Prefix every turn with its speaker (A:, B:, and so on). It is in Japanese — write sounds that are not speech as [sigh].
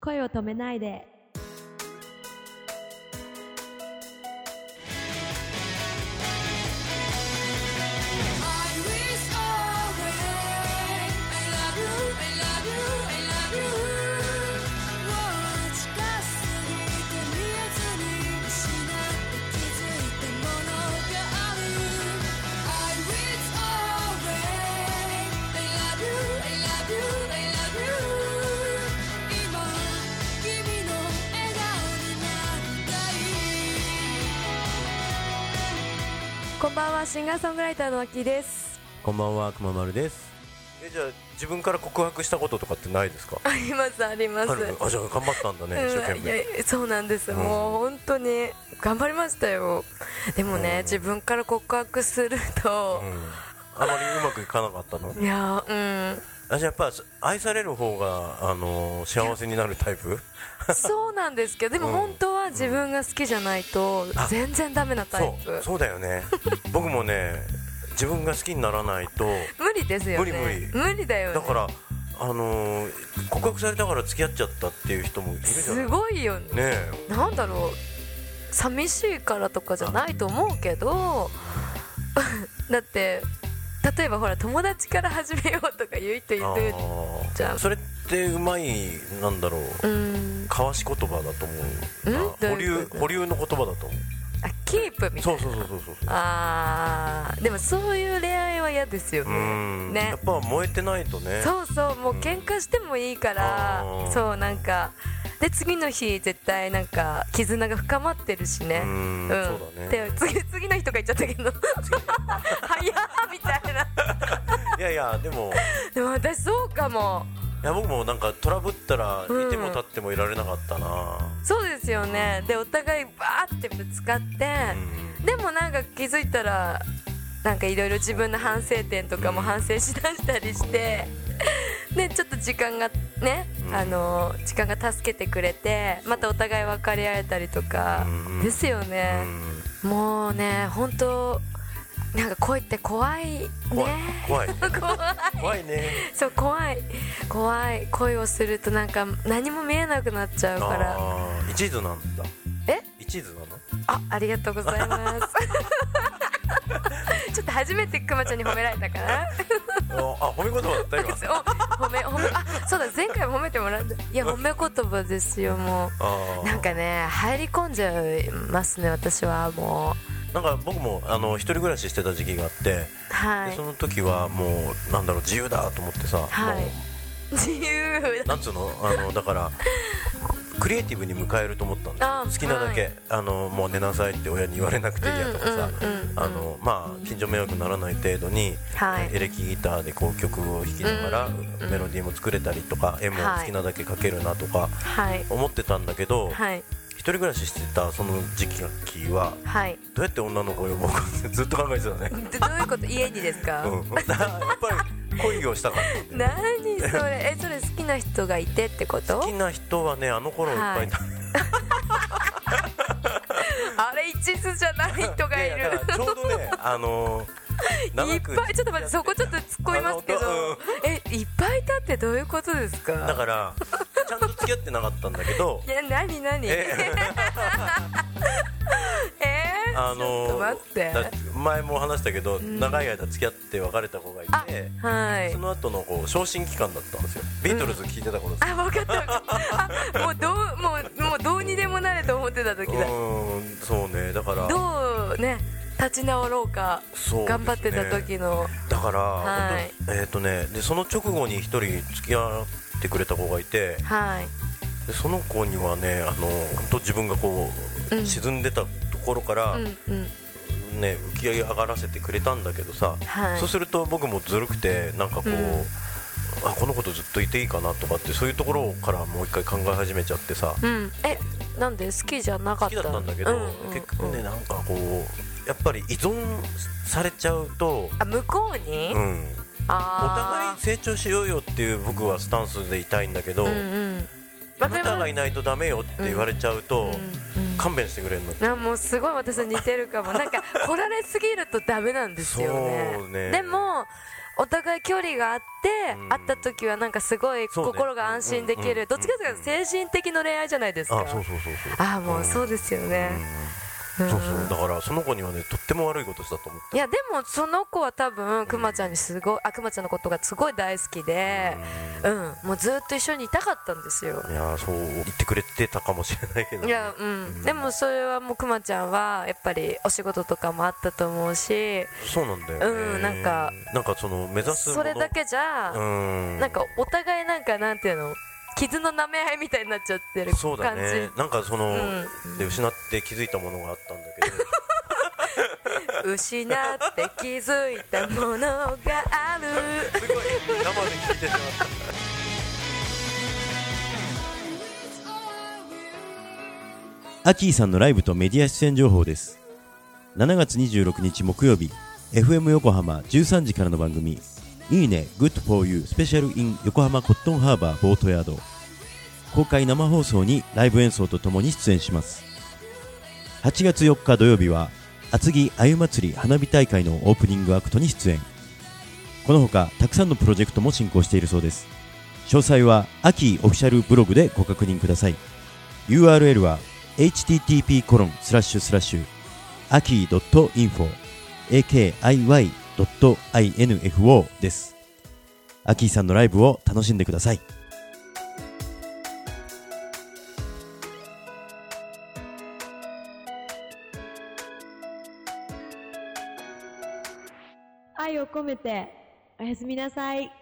A: 声を止めないで。
B: Iris orange. I love you, I love you, I love you. もう近すぎて見えずに失って気づいたものがある。Iris orange. I love you, I love you, I love you. 今君の笑顔になりたい。
C: こんばんはシンガーソングライターの脇です。
D: こんばんは、くままるです。え、じゃあ、自分から告白したこととかってないですか。
C: ありますありま
D: あ
C: す。
D: るあ、じゃあ、頑張ったんだね、一生懸
C: うんいや
D: 命。
C: そうなんです、
D: ん
C: もう本当に頑張りましたよでもね、
D: うん
C: 自分から告白すると
D: う、ん。あまりうまくいかなかったの。
C: いや
D: [laughs]
C: ーうん
D: あ、じゃあ、やっぱ、愛される方が、あのー幸せになるタイプ。
C: そうなんですけどでも
D: うん
C: 本当は自分が好きじゃないと
D: あ
C: 全然ダメなタイ
D: そ
C: プ、
D: う、そうだよね。僕もね、自分が好きにならないと。
C: 無理です
D: 無
C: よね
D: 理無
C: 無理だよ
D: だ
C: ね
D: から、あのー告白されたから付き合っちゃったっていう人もいるじゃない。
C: す
D: ね
C: ごいよね
D: え。
C: なんだろう寂しいからとかじゃないと思うけど [laughs] だって例えばほら友達から始めようとか言う人い
D: あ
C: る
D: ー
C: じゃあ
D: それって、うまい、なんだろう。
C: うん
D: かわし言葉だと思うな
C: うん
D: 保
C: どうい
D: 留
C: うこと
D: 保留の言葉だと思う
C: あキープみたいな
D: そうそうそうそうそう
C: あーでもそういう恋愛は嫌ですよ
D: う
C: ね
D: ん、
C: ね
D: やっぱ燃えてないとね
C: そうそうもう喧嘩してもいいから
D: あー
C: そうなんかで次の日絶対なんか絆が深まってるしね
D: うんそうだね
C: で次次の日とか言っちゃったけど
D: [laughs]
C: 早っみたいない
D: やいやでも
C: でも私そうかも
D: いや僕もなんかトラブったら
C: うん
D: いても立ってもいられなかったな、
C: そうですよねでお互いバーってぶつかって
D: うん
C: でもなんか気づいたらなんかいろいろ自分の反省点とかも反省しだしたりして、でちょっと時間がね、
D: うん
C: あの時間が助けてくれてまたお互い分かり合えたりとか
D: うん
C: ですよね、もうね本当なんか恋って怖いね
D: 怖い怖い
C: [laughs] 怖い
D: 怖いね
C: そう怖い怖い恋をするとなんか何も見えなくなっちゃうから
D: あー一途なんだ
C: え
D: 一途なの
C: あありがとうございます [laughs] ちょっと初めてくまちゃんに褒められたかな
D: ああ褒め言葉だった今
C: [laughs] お褒め褒めあそうだ前回も褒めてもらったいや褒め言葉ですよも
D: あ
C: う
D: ー
C: なんかね入り込んじゃいますね私はも
D: なんか僕もあの一人暮らししてた時期があって、
C: うは
D: で
C: い
D: その時はもうなんだろう自由だと思ってさ、
C: はい
D: もう
C: 自由だ
D: なんつうのあのだからクリエイティブに迎えると思ったん
C: あ
D: だよ好きなだけ、
C: は
D: あのもう寝なさいって親に言われなくていいやとかさ、
C: うんうんうんうん
D: あのまあ近所迷惑にならない程度に、
C: はい
D: エレキギターでこう曲を弾きながら、
C: うん
D: メロディーも作れたりとか絵も
C: はい
D: 好きなだけ描けるなとか
C: はい
D: 思ってたんだけど、
C: はい
D: 一人暮らししてたその時期は
C: はい
D: どうやって女の子を呼ぼうかってずっと考えてたね、
C: でどういうこと家にですか、
D: うん、 [laughs] やっぱり恋をしたかったんだよね
C: 何それえそれ好きな人がいてってこと
D: 好きな人はねあの頃いっぱいいた、
C: あれ一途じゃない人がい
D: や
C: る
D: やだからちょうどね
C: [laughs]
D: あのー
C: い
D: 長
C: っ
D: く
C: ぱいちょっと待ってそこちょっと突っ込みますけど
D: あのうん
C: えいっぱいいたってどういうことですか
D: だからちゃんと付き合ってなかったんだけど
C: [laughs] いや何何ええー
D: あ
C: ちょっと
D: の
C: 待って
D: だ前も話したけど、長い間付き合って別れた子がいて
C: はい
D: その後のこう昇進期間だったんですよビートルズ聴いてた頃です
C: あ分かった分かったあもうどうもうもうどうにでもなれと思ってた時
D: う
C: だ
D: ーんそうねだから
C: どうね立ち直ろうか
D: そうですね
C: 頑張ってた時の
D: だから、
C: はい
D: 本当えっ、とねでその直後に一人付き合ってくれた子がいて
C: はい
D: でその子にはねあの本当自分がこう、
C: うん
D: 沈んでたところから、
C: うんうん
D: ね、浮き上がらせてくれたんだけどさ、
C: はい
D: そうすると僕もずるくてなんかこう、
C: うん
D: あこの子とずっといていいかなとかってそういうところからもう一回考え始めちゃってさ
C: うんえなんで好きじゃなか
D: 好
C: っ
D: き
C: た
D: だったんだけど、
C: うんうんうん
D: 結局ねなんかこうやっぱり依存されちゃうと、
C: あ向こうに、
D: うん、お互
C: あ
D: い成長しようよっていう僕はスタンスでいたいんだけど、
C: ーうんうん
D: あなたがい
C: い
D: ないとダメよって言われちゃうと、勘弁してくれるの。
C: なもうすご
D: [laughs]
C: い私似てるかもなんか来られすぎるとダメなんですよね
D: そうね
C: でもお互い距離があって、
D: うん
C: 会った時はなんかすごい
D: そうね
C: 心が安心できる、
D: うん
C: どっちかというと精神的の恋愛じゃないですか
D: あそうそうそうそう
C: あもうそうですよね、
D: うん
C: うん
D: そうそうだからその子にはねとっても悪いことしたと思っ
C: いやでもその子は多分くまちゃんにすごいあくまちゃんのことがすごい大好きでうん、もうずっと一緒にいたかったんですよ
D: たいやーそう言ってくれてたかもしれないけど
C: いやうん、でもそれはもうくまちゃんはやっぱりお仕事とかもあったと思うし
D: そうなんだよね、
C: うんなんか
D: なんかその目指すもの
C: それだけじ
D: う
C: ゃ、
D: ん
C: なんかお互いなんかなんていうの傷の舐め合いみたいになっちゃってる感じ
D: そうだねなんかその、
C: うん
D: で失って気づいたものがあったんだけど
C: 失って気づいたものがある
D: [laughs] すごい生で聞いてしまった
A: アキーさんのライブとメディア出演情報です7月26日木曜日 FM 横浜13時からの番組「いいね Good for You スペシャル in 横浜コットンハーバーボートヤード」公開生放送にライブ演奏とともに出演します8月4日土曜日は厚木あゆ祭り花火大会のオープニングアクトに出演このほかたくさんのプロジェクトも進行しているそうです詳細は秋オフィシャルブログでご確認ください URL は http コロンスラッシュスラッシュ aki.info akiy.info ですアキーさんのライブを楽しんでください
E: 愛を込めておやすみなさい